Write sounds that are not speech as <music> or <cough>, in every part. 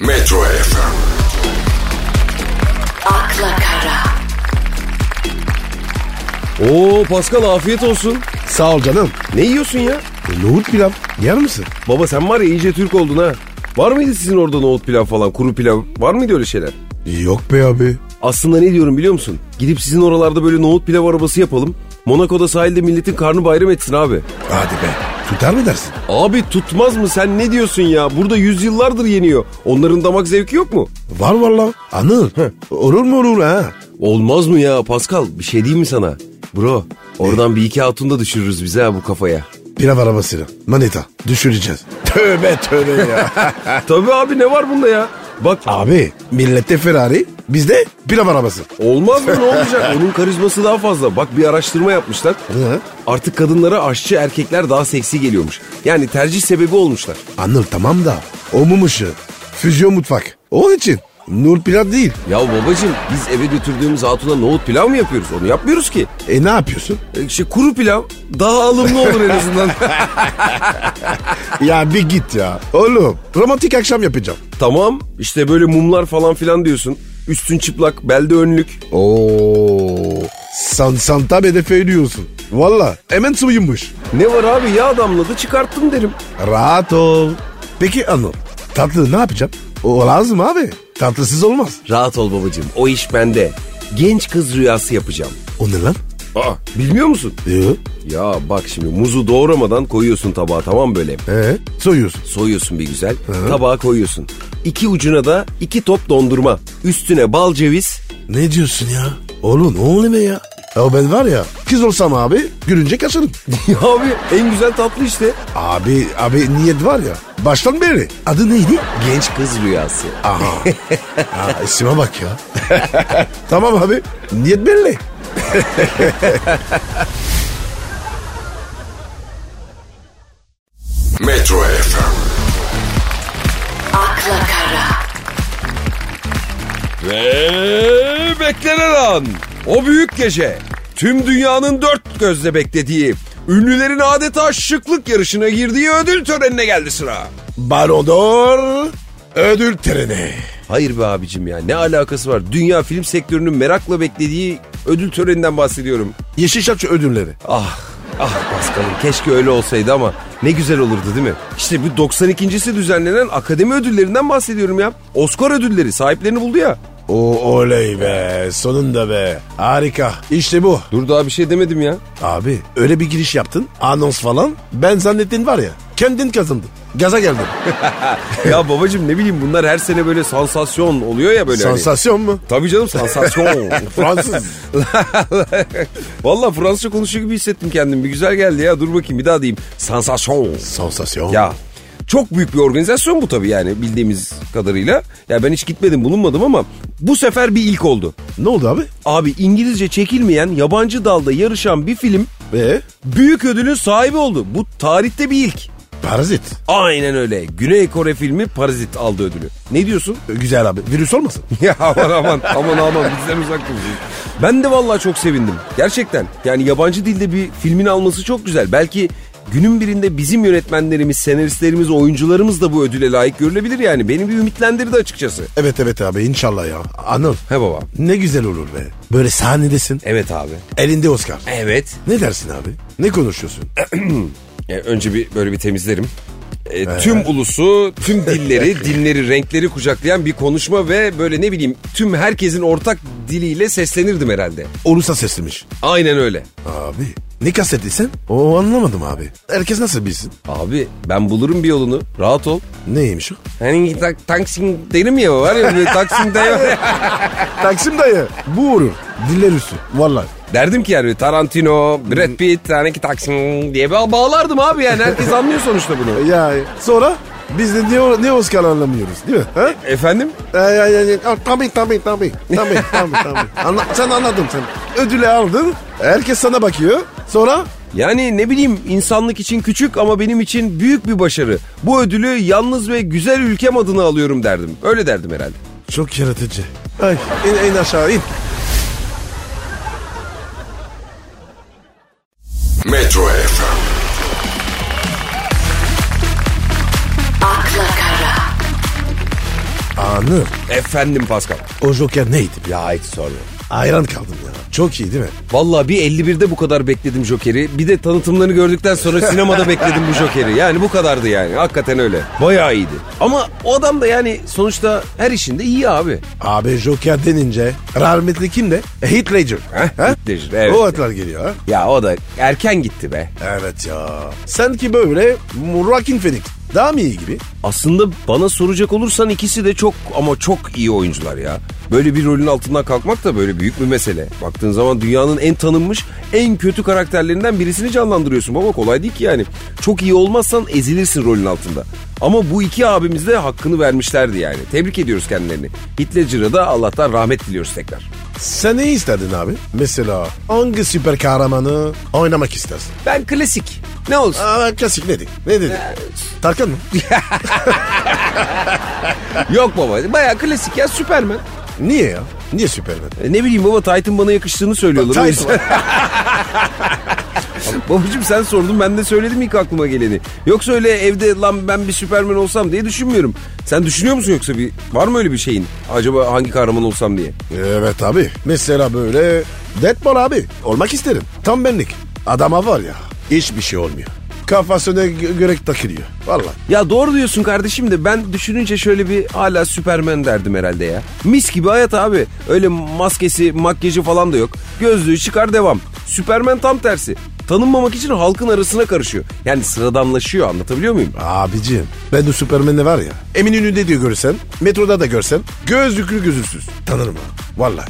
Metro FM, akla kara, Oo Pascal afiyet olsun. Sağ ol canım. Ne yiyorsun ya? E, nohut pilav. Yer misin? Baba sen var ya iyice Türk oldun ha. Var mıydı sizin orada nohut pilav falan, kuru pilav? Var mıydı öyle şeyler? Yok be abi. Aslında ne diyorum biliyor musun? Gidip sizin oralarda böyle nohut pilav arabası yapalım. Monaco'da sahilde milletin karnı bayram etsin abi. Hadi be. Tutar mı dersin? Abi tutmaz mı sen ne diyorsun ya? Burada yüzyıllardır yeniyor. Onların damak zevki yok mu? Var valla. Anıl. Olur mu olur ha? Olmaz mı ya Pascal? Bir şey diyeyim mi sana? Bro oradan bir iki hatun da düşürürüz bize ha bu kafaya. Pilav arabasıyla. Manita. Düşüreceğiz. Tövbe tövbe ya. Tabii abi ne var bunda ya? Bak <laughs> abi millette Ferrari bizde pilav arabası. Olmaz mı ne olacak? Onun karizması daha fazla. Bak bir araştırma yapmışlar. Hı? Artık kadınlara aşçı erkekler daha seksi geliyormuş. Yani tercih sebebi olmuşlar. Anıl tamam da o mum ışığı. Füzyon mutfak. Onun için nur pilav değil. Ya babacığım biz eve götürdüğümüz hatuna nohut pilav mı yapıyoruz? Onu yapmıyoruz ki. E ne yapıyorsun? E, İşte kuru pilav daha alımlı olur en azından. <laughs> ya bir git ya. Oğlum romantik akşam yapacağım. tamam işte böyle mumlar falan filan diyorsun. Üstün çıplak, belde önlük. Oo. San Santa hedefe ediyorsun. Valla hemen suyunmuş. Ne var abi ya damladı çıkarttım derim. Rahat ol. Peki Anıl tatlı ne yapacağım? O lazım abi. Tatlısız olmaz. Rahat ol babacığım o iş bende. Genç kız rüyası yapacağım. O ne lan? Aa bilmiyor musun? Ee? Ya bak şimdi muzu doğramadan koyuyorsun tabağa tamam böyle. Ee? Soyuyorsun. Soyuyorsun bir güzel. Tabağa koyuyorsun. İki ucuna da iki top dondurma. Üstüne bal ceviz. <laughs> Ne diyorsun ya? Oğlum ne oluyor be ya? Ya ben var ya kız olsam abi gülünce kaçarım. Ya abi en güzel tatlı işte. abi abi niyet var ya baştan beri. Adı neydi? Genç kız rüyası. Aha. Aa, isime bak ya. <laughs> tamam abi niyet belli. Metro FM akla kara, Ve beklenen an. O büyük gece. Tüm dünyanın dört gözle beklediği, ünlülerin adeta şıklık yarışına girdiği ödül törenine geldi sıra. Barodor ödül töreni. Hayır be abicim ya ne alakası var? Dünya film sektörünün merakla beklediği ödül töreninden bahsediyorum. Yeşilçam ödülleri. Ah ah Paskal'ım keşke öyle olsaydı ama ne güzel olurdu değil mi? İşte bu 92.si düzenlenen akademi ödüllerinden bahsediyorum ya. Oscar ödülleri sahiplerini buldu ya. O oley be sonunda be harika işte bu. Dur daha bir şey demedim ya. Abi öyle bir giriş yaptın anons falan ben zannettin var ya kendin kazandın gaza geldin. Ah, ya babacım ne bileyim bunlar her sene böyle sansasyon oluyor ya böyle. hani. Sansasyon mu? Tabii canım sansasyon. <laughs> Fransız. <laughs> Valla Fransızca konuşuyor gibi hissettim kendimi. Bir güzel geldi ya. Dur bakayım bir daha diyeyim. Sansasyon. Sansasyon. Ya çok büyük bir organizasyon bu tabii yani bildiğimiz kadarıyla. Ya ben hiç gitmedim bulunmadım ama bu sefer bir ilk oldu. Ne oldu abi? Abi İngilizce çekilmeyen yabancı dalda yarışan bir film Ve büyük ödülün sahibi oldu. Bu tarihte bir ilk. parazit. Aynen öyle. Güney Kore filmi Parazit aldı ödülü. Ne diyorsun? Güzel abi virüs olmasın? <laughs> ya aman aman aman aman bizden uzak durun. Ben de vallahi çok sevindim. Gerçekten. Yani yabancı dilde bir filmin alması çok güzel. Belki günün birinde bizim yönetmenlerimiz, senaristlerimiz, oyuncularımız da bu ödüle layık görülebilir yani. Beni bir ümitlendirdi açıkçası. Evet evet abi inşallah ya. Anıl He baba. ne güzel olur be. Böyle sahnedesin Evet abi. elinde Oscar. Evet. Ne dersin abi? Ne konuşuyorsun? E, önce bir böyle bir temizlerim. E, tüm ulusu, tüm dilleri, dinleri, renkleri kucaklayan bir konuşma ve böyle ne bileyim tüm herkesin ortak diliyle seslenirdim herhalde. Ulusa seslemiş. Aynen öyle. Abi ne kastettiysen o anlamadım abi. Herkes nasıl bilsin? Abi ben bulurum bir yolunu. Rahat ol. Neymiş o? Hani tak, Taksim derim ya var ya böyle Taksim'de var ya. Taksim dayı. Bu uğrur. Diller üstü. Vallahi. Derdim ki yani Tarantino, Brad Pitt, hani ki Taksim diye ba- bağlardım abi yani herkes anlıyor sonuçta bunu. Ya sonra biz de niye, niye Oscar anlamıyoruz değil mi? Ha? Efendim? Ya, ya, ya, ya. Tabii tabii tabii. <laughs> Tabii tabii tabii. Anla, sen anladın sen. Ödülü aldın. Herkes sana bakıyor. Sonra Yani ne bileyim insanlık için küçük ama benim için büyük bir başarı. Bu ödülü yalnız ve güzel ülkem adına alıyorum derdim. Öyle derdim herhalde. çok yaratıcı. Ay, in, in aşağı in. Metro FM akla kara, Anır. Efendim Pascal. O Joker neydi? Ya hiç sorma. Hayran kaldım ya. Çok iyi değil mi? Valla bir 51'de bu kadar bekledim Joker'i. Bir de tanıtımlarını gördükten <laughs> sonra sinemada bekledim bu Joker'i. Yani bu kadardı yani. Hakikaten öyle. Bayağı iyiydi. Ama o adam da yani sonuçta her işinde iyi abi. Abi Joker denince rahmetli kim de? E, Heath Ledger. Heh, Ha? Heath Ledger, evet. O atlar geliyor ha. Ya o da erken gitti be. Evet ya. Sanki böyle Rockin Phoenix. Daha mı iyi gibi? Aslında bana soracak olursan ikisi de çok ama çok iyi oyuncular ya. Böyle bir rolün altından kalkmak da böyle büyük bir mesele. Baktığın zaman dünyanın en tanınmış, en kötü karakterlerinden birisini canlandırıyorsun baba. Kolay değil ki yani. Çok iyi olmazsan ezilirsin rolün altında. Ama bu iki abimiz de hakkını vermişlerdi yani. Tebrik ediyoruz kendilerini. Hitler'cıra da Allah'tan rahmet diliyoruz tekrar. Sen ne istedin abi? Mesela hangi süper kahramanı oynamak istersin? Ben klasik. Ne olsun? Aa, klasik ne dedik? Ne dedik? Tarkan mı? Yok baba. Bayağı klasik ya Superman. Niye ya? Niye Superman? E, Ne bileyim baba Titan bana yakıştığını söylüyorlar. o yüzden. Babacım sen sordun ben de söyledim ilk aklıma geleni. Yoksa öyle evde lan ben bir süpermen olsam diye düşünmüyorum. Sen düşünüyor musun yoksa bir var mı öyle bir şeyin? Acaba hangi kahraman olsam diye. evet abi. Mesela böyle Deadpool abi. Olmak isterim. Tam benlik. Adama var ya hiçbir şey olmuyor. Kafasına gö- görek takılıyor. Valla. Ya doğru diyorsun kardeşim de ben düşününce şöyle bir hala süpermen derdim herhalde ya. Mis gibi hayat abi. Öyle maskesi, makyajı falan da yok. Gözlüğü çıkar devam. Süpermen tam tersi. Tanınmamak için halkın arasına karışıyor. Yani sıradanlaşıyor anlatabiliyor muyum? Abicim ben de Superman'le var ya. Eminönü'nde diyor görsen, metroda da görsen gözlüklü gözüksüz. Tanırım abi. Valla.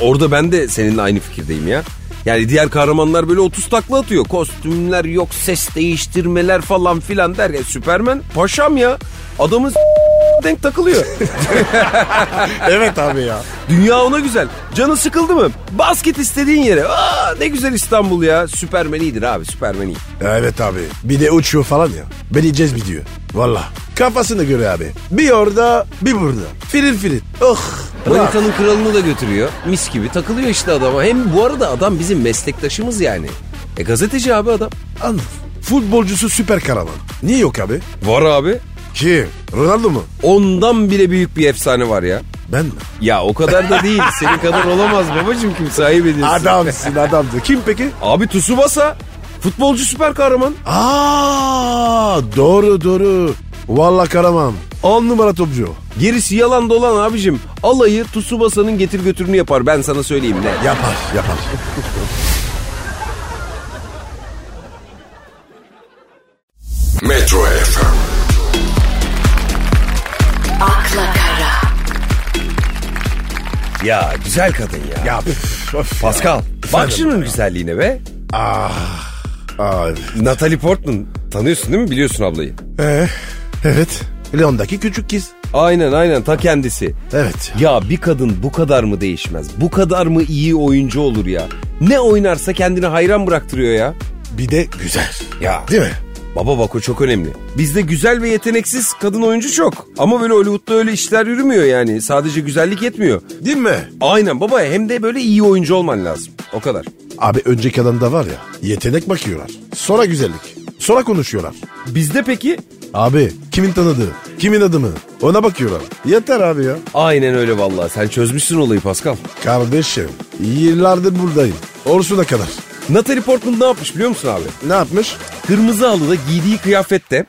Orada ben de seninle aynı fikirdeyim ya. Yani diğer kahramanlar böyle 30 takla atıyor. Kostümler yok, ses değiştirmeler falan filan der ya. Süpermen paşam ya. Adamız denk takılıyor. evet abi ya. Dünya ona güzel. Canı sıkıldı mı? Basket istediğin yere. Aa, ne güzel İstanbul ya. Süpermen iyidir abi, Süpermen iyi. Evet abi. Bir de uçuyor falan ya. Beni cezbediyor. Valla. Kafasına göre abi. Bir orada bir burada. Filin filin. Oh. Bravo. Manitanın kralını da götürüyor. Mis gibi takılıyor işte adama. Hem bu arada adam bizim meslektaşımız yani. E gazeteci abi adam. Anladım. Futbolcusu süper kahraman. Niye yok abi? Var abi. Kim? Ronaldo mu? Ondan bile büyük bir efsane var ya. Ben mi? Ya o kadar da değil. Senin kadar olamaz babacım kimse ayıp ediyorsun. Adamsın adamsın. Kim peki? Abi Tsubasa. Futbolcu süper kahraman. Aa doğru doğru. Valla kahraman. On numara topçu. Gerisi yalan dolan abicim. Alayı Tsubasa'nın getir götürünü yapar. Ben sana söyleyeyim ne. Yapar yapar. Metro FM, akla kara, Ya güzel kadın ya. Ya, üf, öf ya. Pascal. Bak şunun güzelliğine be. Abi. Natalie Portman. Tanıyorsun değil mi? Biliyorsun ablayı. Ee, evet. Leon'daki küçük kız. Aynen aynen ta kendisi. Evet. Ya bir kadın bu kadar mı değişmez? Bu kadar mı iyi oyuncu olur ya? Ne oynarsa kendini hayran bıraktırıyor ya. Bir de güzel. Ya. Değil mi? Baba bak o çok önemli. Bizde güzel ve yeteneksiz kadın oyuncu çok. Ama böyle Hollywood'da öyle işler yürümüyor yani. Sadece güzellik yetmiyor. Değil mi? Aynen baba hem de böyle iyi oyuncu olman lazım. O kadar. Abi önceki adamda var ya yetenek bakıyorlar. Sonra güzellik. Sonra konuşuyorlar. Bizde peki? Abi kimin tanıdığı, kimin adımı ona bakıyorlar. Yeter abi ya. Aynen öyle vallahi. Sen çözmüşsün olayı Pascal. Kardeşim yıllardır buradayım. Orsuna kadar. Natalie Portman ne yapmış biliyor musun abi? Ne yapmış? Kırmızı halıda giydiği kıyafette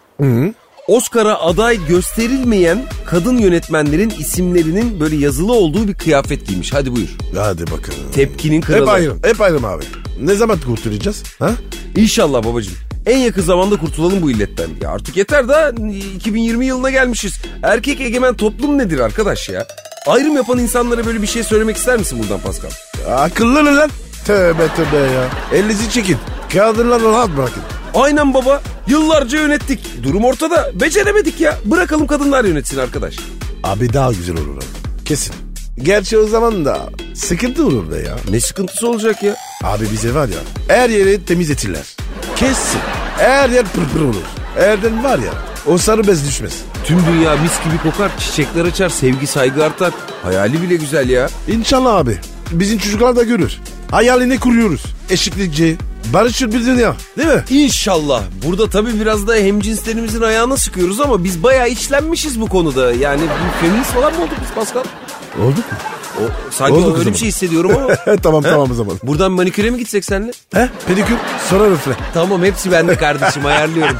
Oscar'a aday gösterilmeyen kadın yönetmenlerin isimlerinin böyle yazılı olduğu bir kıyafet giymiş. Hadi buyur. Hadi bakalım. Tepkinin kralı. Hep ayrım, hep ayrım abi. Ne zaman kurtulacağız? Ha? İnşallah babacığım. En yakın zamanda kurtulalım bu illetten. Ya artık yeter da 2020 yılına gelmişiz. Erkek egemen toplum nedir arkadaş ya? Ayrım yapan insanlara böyle bir şey söylemek ister misin buradan Pascal? Akıllı ne lan? Tövbe tövbe ya. Elinizi çekin. Kadınları rahat bırakın. Aynen baba. Yıllarca yönettik. Durum ortada. Beceremedik ya. Bırakalım kadınlar yönetsin arkadaş. Abi daha güzel olur abi. Kesin. Gerçi o zaman da sıkıntı olur be ya. Ne sıkıntısı olacak ya? Abi bize var ya her yeri temizletirler. Kesin. Her yer pırpır olur. Erden var ya o sarı bez düşmez. Tüm dünya mis gibi kokar. Çiçekler açar. Sevgi saygı artar. Hayali bile güzel ya. İnşallah abi. Bizim çocuklar da görür. Hayalini kuruyoruz. Eşitlikçi, Barışçıl bir dünya değil mi? İnşallah. Burada tabii biraz da hemcinslerimizin ayağına sıkıyoruz ama biz bayağı içlenmişiz bu konuda. Yani bir feminist falan mı olduk biz Pascal? Olduk mu? O, sanki Olduk o öyle zaman. bir şey hissediyorum ama. tamam He? tamam o zaman. Buradan maniküre mi gitsek seninle? He? Pedikür sonra röfle. Tamam hepsi bende kardeşim ayarlıyorum.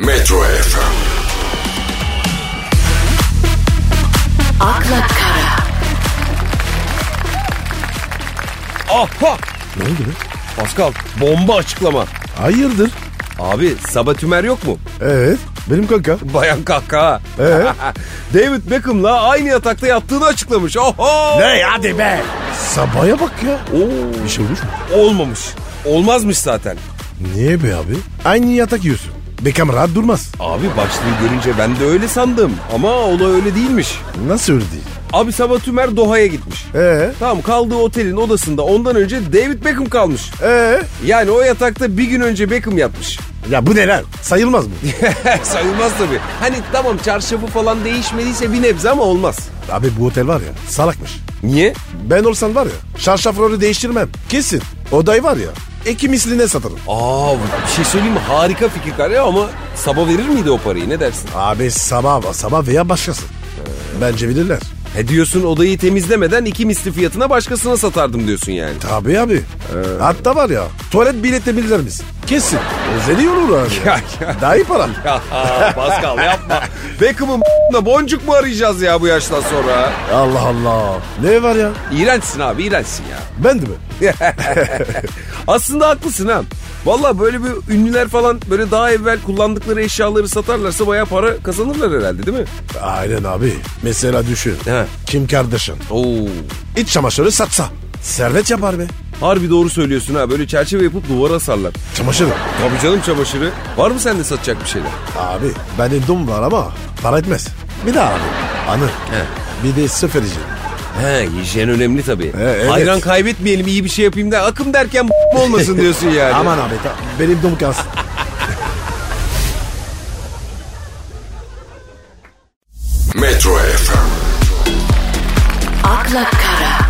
Metro FM, akla kara, Aha! Ne oldu be? Pascal bomba açıklama. Hayırdır? Abi Sabatümer yok mu? Evet. Benim kanka. Bayan kahkaha. Ee? <laughs> David Beckham'la aynı yatakta yattığını açıklamış. Oho! Ne hadi be. Sabaya bak ya. Oo, Bir şey olmuş mu? olmamış. Olmazmış zaten. Niye be abi? Aynı yatak yiyorsun. Bekam rahat durmaz. Abi başlığı görünce ben de öyle sandım. Ama olay öyle değilmiş. Nasıl öyle değil? Abi Sabah Tümer Doha'ya gitmiş. Ee? Tamam kaldığı otelin odasında ondan önce David Beckham kalmış. Ee? Yani o yatakta bir gün önce Beckham yatmış. <laughs> Ya bu neler? Sayılmaz mı? Sayılmaz tabii. Hani tamam çarşafı falan değişmediyse bir nebze ama olmaz. abi bu otel var ya salakmış. Niye? Ben olsam var ya şarşafları değiştirmem. Kesin. Odayı var ya iki misline satarım. Aa bir şey söyleyeyim mi? Harika fikir kare ama Sabah verir miydi o parayı ne dersin? Abi sabah sabah veya başkası. Bence bilirler. He E diyorsun odayı temizlemeden iki misli fiyatına başkasına satardım diyorsun yani. Tabii abi. Hatta var ya tuvalet bileti bilirler biz. Kesin. Özeli olur abi. <laughs> Ya, ya. Daha iyi para. Ya <laughs> Pascal yapma. Beckham'ın <laughs> da boncuk mu arayacağız ya bu yaştan sonra? Allah Allah. Ne var ya? İğrençsin abi iğrençsin ya. Ben de mi? Aslında haklısın ha. Valla böyle bir ünlüler falan böyle daha evvel kullandıkları eşyaları satarlarsa bayağı para kazanırlar herhalde değil mi? Aynen abi. Mesela düşün. He. Kim kardeşin? Oo. İç çamaşırı satsa. Servet yapar be. Harbi doğru söylüyorsun ha böyle çerçeve yapıp duvara asarlar. Çamaşırı. Tabii canım çamaşırı. Var mı sende satacak bir şeyler? Abi bende dom var ama para etmez. Bir daha abi. Anı. Bir de sıfır için. He hijyen önemli tabii. evet. Hayran kaybetmeyelim iyi bir şey yapayım da akım derken <laughs> olmasın diyorsun <laughs> yani. Aman abi ta- benim dom kalsın. Metro FM, akla kara,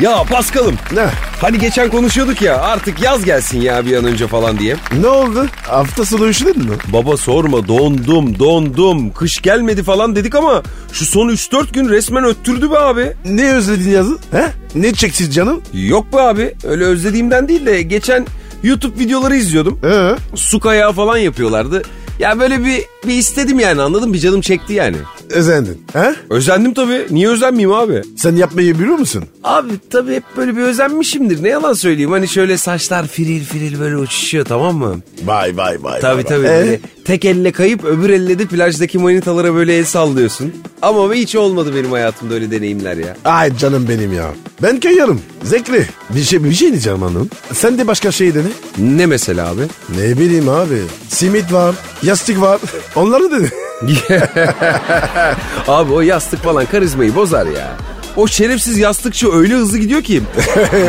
Ya Paskal'ım ne? Hani geçen konuşuyorduk ya artık yaz gelsin ya bir an önce falan diye. Ne oldu? Hafta sonu üşüdün mü? Baba sorma dondum dondum kış gelmedi falan dedik ama şu son 3-4 gün resmen öttürdü be abi. Ne özledin yazı? He? Ne çektin canım? Yok be abi öyle özlediğimden değil de geçen YouTube videoları izliyordum. Ee? Su kayağı falan yapıyorlardı. Ya böyle bir, bir istedim yani anladın mı? Bir canım çekti yani. Özendin. He? Özendim tabii. Niye özenmeyeyim abi? Sen yapmayı biliyor musun? Abi tabii hep böyle bir özenmişimdir. Ne yalan söyleyeyim. Hani şöyle saçlar firil firil böyle uçuşuyor tamam mı? Vay vay vay. Tabii tabii. böyle tek elle kayıp öbür elle de plajdaki manitalara böyle el sallıyorsun. Ama hiç olmadı benim hayatımda öyle deneyimler ya. Ay canım benim ya. Ben kayarım. Zekli. Bir şey, bir şey diyeceğim hanım. Sen de başka şey dene. Ne mesela abi? Ne bileyim abi. Simit var. Yastık var. Onları dene. Abi o yastık falan karizmayı bozar ya. O şerefsiz yastıkçı öyle hızlı gidiyor ki.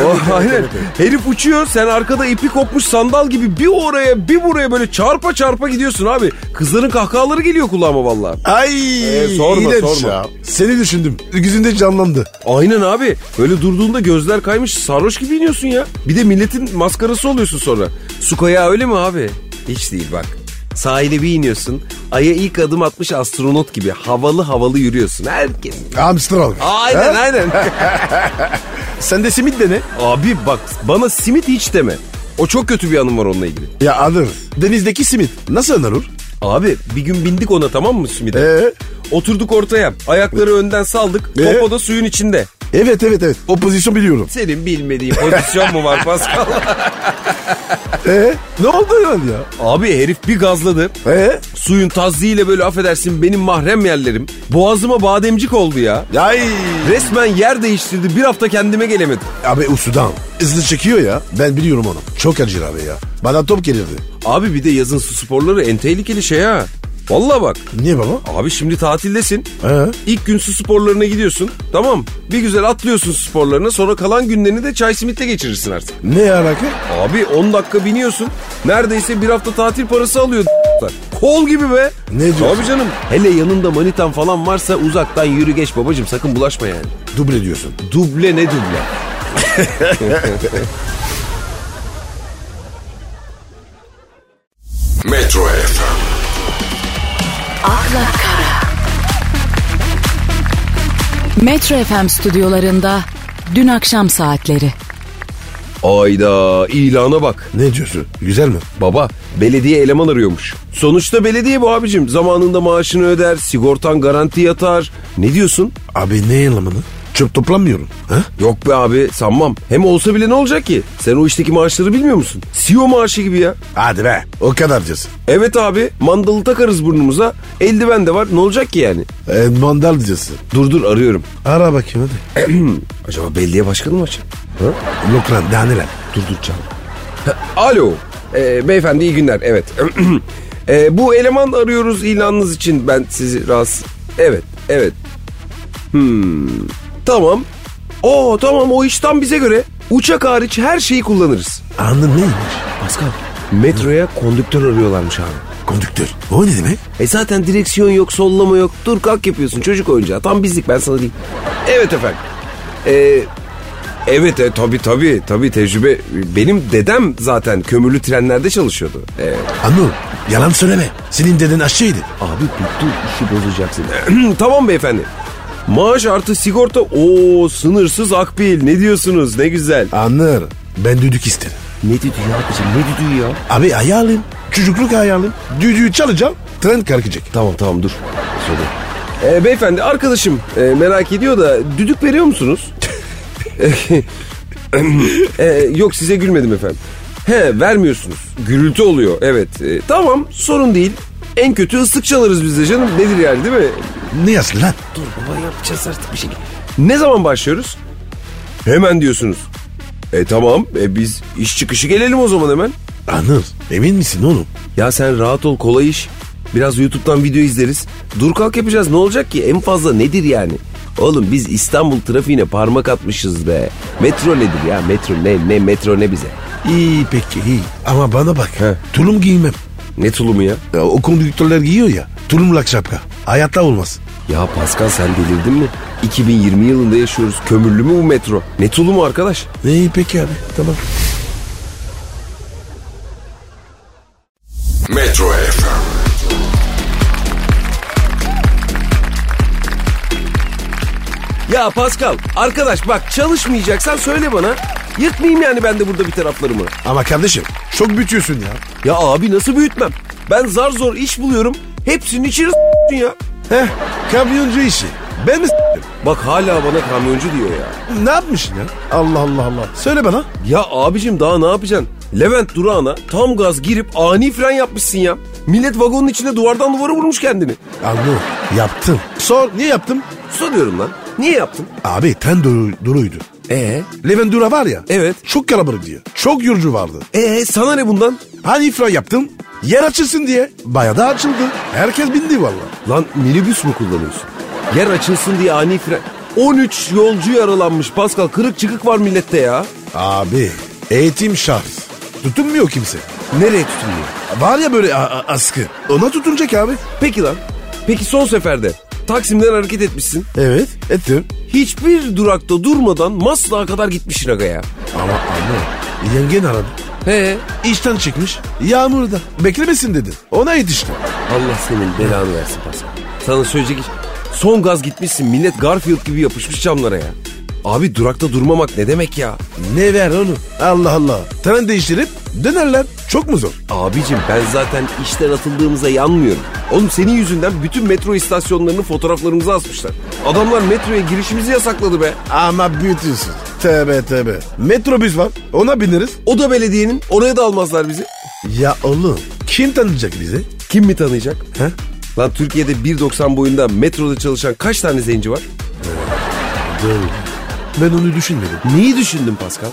O, aynen. Herif uçuyor sen arkada ipi kopmuş sandal gibi bir oraya bir buraya böyle çarpa çarpa gidiyorsun abi. Kızların kahkahaları geliyor kulağıma vallahi. Ay. Ee, sorma, iğrenç sorma. Seni düşündüm. Gözünde canlandı. Aynen abi. Böyle durduğunda gözler kaymış sarhoş gibi iniyorsun ya. Bir de milletin maskarası oluyorsun sonra. Su kayağı öyle mi abi? Hiç değil bak. Sahile bir iniyorsun. Ay'a ilk adım atmış astronot gibi havalı havalı yürüyorsun. Herkes. Armstrong. Aynen He? aynen. Sen de simit dene. <laughs> abi bak bana simit hiç deme. O çok kötü bir anım var onunla ilgili. Ya alır. Denizdeki simit. Nasıl anarır? Abi bir gün bindik ona tamam mı simide? Ee? Oturduk ortaya. Ayakları önden saldık. Ee? Popo da suyun içinde. Evet evet evet. O pozisyon biliyorum. Senin bilmediğin pozisyon mu var Pascal? Ee? Ne oldu lan ya? <laughs> abi herif bir gazladı. Ee? Suyun tazliğiyle böyle affedersin benim mahrem yerlerim. Boğazıma bademcik oldu ya. Ay. Resmen yer değiştirdi. Bir hafta kendime gelemedim. Abi o sudan. Hızlı çekiyor ya. Ben biliyorum onu. Çok acır abi ya. Bana top gelirdi. Abi bir de yazın su sporları en tehlikeli şey ha. Vallahi bak. Niye baba? Abi şimdi tatildesin. He. İlk gün su sporlarına gidiyorsun. Tamam. Bir güzel atlıyorsun su sporlarına. Sonra kalan günlerini de çay simitle geçirirsin artık. Ne alaka? Abi 10 dakika biniyorsun. Neredeyse bir hafta tatil parası alıyor. s**lar. Kol gibi be. Ne diyorsun? Tabii canım. Hele yanında manitan falan varsa uzaktan yürü geç babacım sakın bulaşma yani. Duble diyorsun. Duble ne duble? Metro FM, akla kara. Metro FM stüdyolarında dün akşam saatleri. Ayda ilana bak. Ne diyorsun? Güzel mi? Baba belediye eleman arıyormuş. Sonuçta belediye bu abicim. Zamanında maaşını öder, sigortan garanti yatar. Ne diyorsun? Abi ne yalanını? Çöp toplamıyorum. Ha? Yok be abi sanmam. Hem olsa bile ne olacak ki? Sen o işteki maaşları bilmiyor musun? CEO maaşı gibi ya. Hadi be. O kadar diyorsun. Evet abi mandalı takarız burnumuza. Eldiven de var ne olacak ki yani? E, mandal diyorsun. Dur dur arıyorum. Ara bakayım hadi. Acaba belediye başkanı mı açayım? Lokran daha neler? Dur dur canım. Alo. Ee, beyefendi iyi günler. Evet. <clears throat> Ee, bu eleman arıyoruz ilanınız için. Ben sizi rahatsız... Evet. Evet. Hmm. Tamam. Oo tamam o işten bize göre. Uçak hariç her şeyi kullanırız. Anladın neymiş? Pascal. Metroya kondüktör arıyorlarmış abi. Konduktör. O ne demek? E zaten direksiyon yok, sollama yok. Dur kalk yapıyorsun çocuk oyuncağı. Tam bizlik ben sana diyeyim. Evet efendim. Ee, evet e, tabii tabii tabii tecrübe. Benim dedem zaten kömürlü trenlerde çalışıyordu. Ee, Anıl yalan söyleme. Senin deden aşçıydı. Abi tuttu işi bozacaksın. <clears throat> tamam beyefendi. Maaş artı sigorta o sınırsız akbil ne diyorsunuz ne güzel. Anır. Ben düdük isterim. Ne düdüğü abicim ne düdüğü ya. Abi ayarlayayım. Çocukluk ayarlayayım. Düdüğü çalacağım. Tren kalkacak. Tamam tamam dur. Söyle. Ee, beyefendi arkadaşım e, merak ediyor da düdük veriyor musunuz? <laughs> Ee, yok size gülmedim efendim. He vermiyorsunuz. Gürültü oluyor evet. Ee, tamam sorun değil. En kötü ıslık çalarız biz de canım. Nedir yani değil mi? Ne yazık lan? Dur baba yapacağız artık bir şey. Ne zaman başlıyoruz? Hemen diyorsunuz. E tamam e, biz iş çıkışı gelelim o zaman hemen. Anıl emin misin oğlum? Ya sen rahat ol kolay iş. Biraz YouTube'dan video izleriz. Dur kalk yapacağız ne olacak ki en fazla nedir yani? Oğlum biz İstanbul trafiğine parmak atmışız be. Metro nedir ya metro ne ne metro ne bize? İyi peki iyi. Ama bana bak. He. Tulum giymem. Ne tulumu ya? Ya, o konduktörler giyiyor ya. Tulumlak şapka. Hayatta olmaz. Ya Pascal sen delirdin mi? 2020 yılında yaşıyoruz. Kömürlü mü bu metro? Ne tulumu arkadaş? İyi peki abi tamam. Metro FM, Ya Pascal arkadaş bak çalışmayacaksan söyle bana. Yırtmayayım yani ben de burada bir taraflarımı. Ama kardeşim çok büyütüyorsun ya. Ya abi nasıl büyütmem? Ben zar zor iş buluyorum. Hepsini içeri s**tın ya. Heh kamyoncu işi. Ben mi s**tim? Bak hala bana kamyoncu diyor ya. Ne yapmışsın ya? Allah Allah Allah. Söyle bana. Ya abicim daha ne yapacaksın? Levent durağına tam gaz girip ani fren yapmışsın ya. Millet vagonun içinde duvardan duvara vurmuş kendini. Anlı yaptım. Sor niye yaptım? Soruyorum lan. Niye yaptın? Abi tren dolu, doluydu. E? Ee, Levent Dura var ya. Evet. Çok kalabalık diyor. Çok yorucu vardı. ee sana ne bundan? Hani ifra yaptım? Yer açılsın diye. Bayağı da açıldı. Herkes bindi valla. Lan minibüs mü kullanıyorsun? Yer açılsın diye ani fren... 13 yolcu yaralanmış Pascal. Kırık çıkık var millette ya. Abi eğitim şart. Tutunmuyor kimse. Nereye tutuluyor? Var ya böyle a- a- askı. Ona tutunacak abi. Peki lan. Peki son seferde. Taksim'den hareket etmişsin. Evet ettim. Hiçbir durakta durmadan Maslak'a kadar gitmişsin aga ya. Ama anne yengen aradı. He. İşten çıkmış. Yağmurda. Beklemesin dedi. Ona yetiştim. Allah senin belanı versin Pascal. Sana söyleyecek hiç... Son gaz gitmişsin millet Garfield gibi yapışmış camlara ya. Abi durakta durmamak ne demek ya? Ne ver onu? Allah Allah. Tren değiştirip dönerler. Çok mu zor? Abicim ben zaten işten atıldığımıza yanmıyorum. Oğlum senin yüzünden bütün metro istasyonlarının fotoğraflarımızı asmışlar. Adamlar metroya girişimizi yasakladı be. Ama büyütüyorsun. Tövbe tövbe. Metrobüs var. Ona bineriz. O da belediyenin oraya da almazlar bizi. Ya oğlum kim tanıyacak bizi? Kim mi tanıyacak? He? Lan Türkiye'de 1.90 boyunda metroda çalışan kaç tane zenci var? Dur. Ben onu düşünmedim. Neyi düşündün Pascal?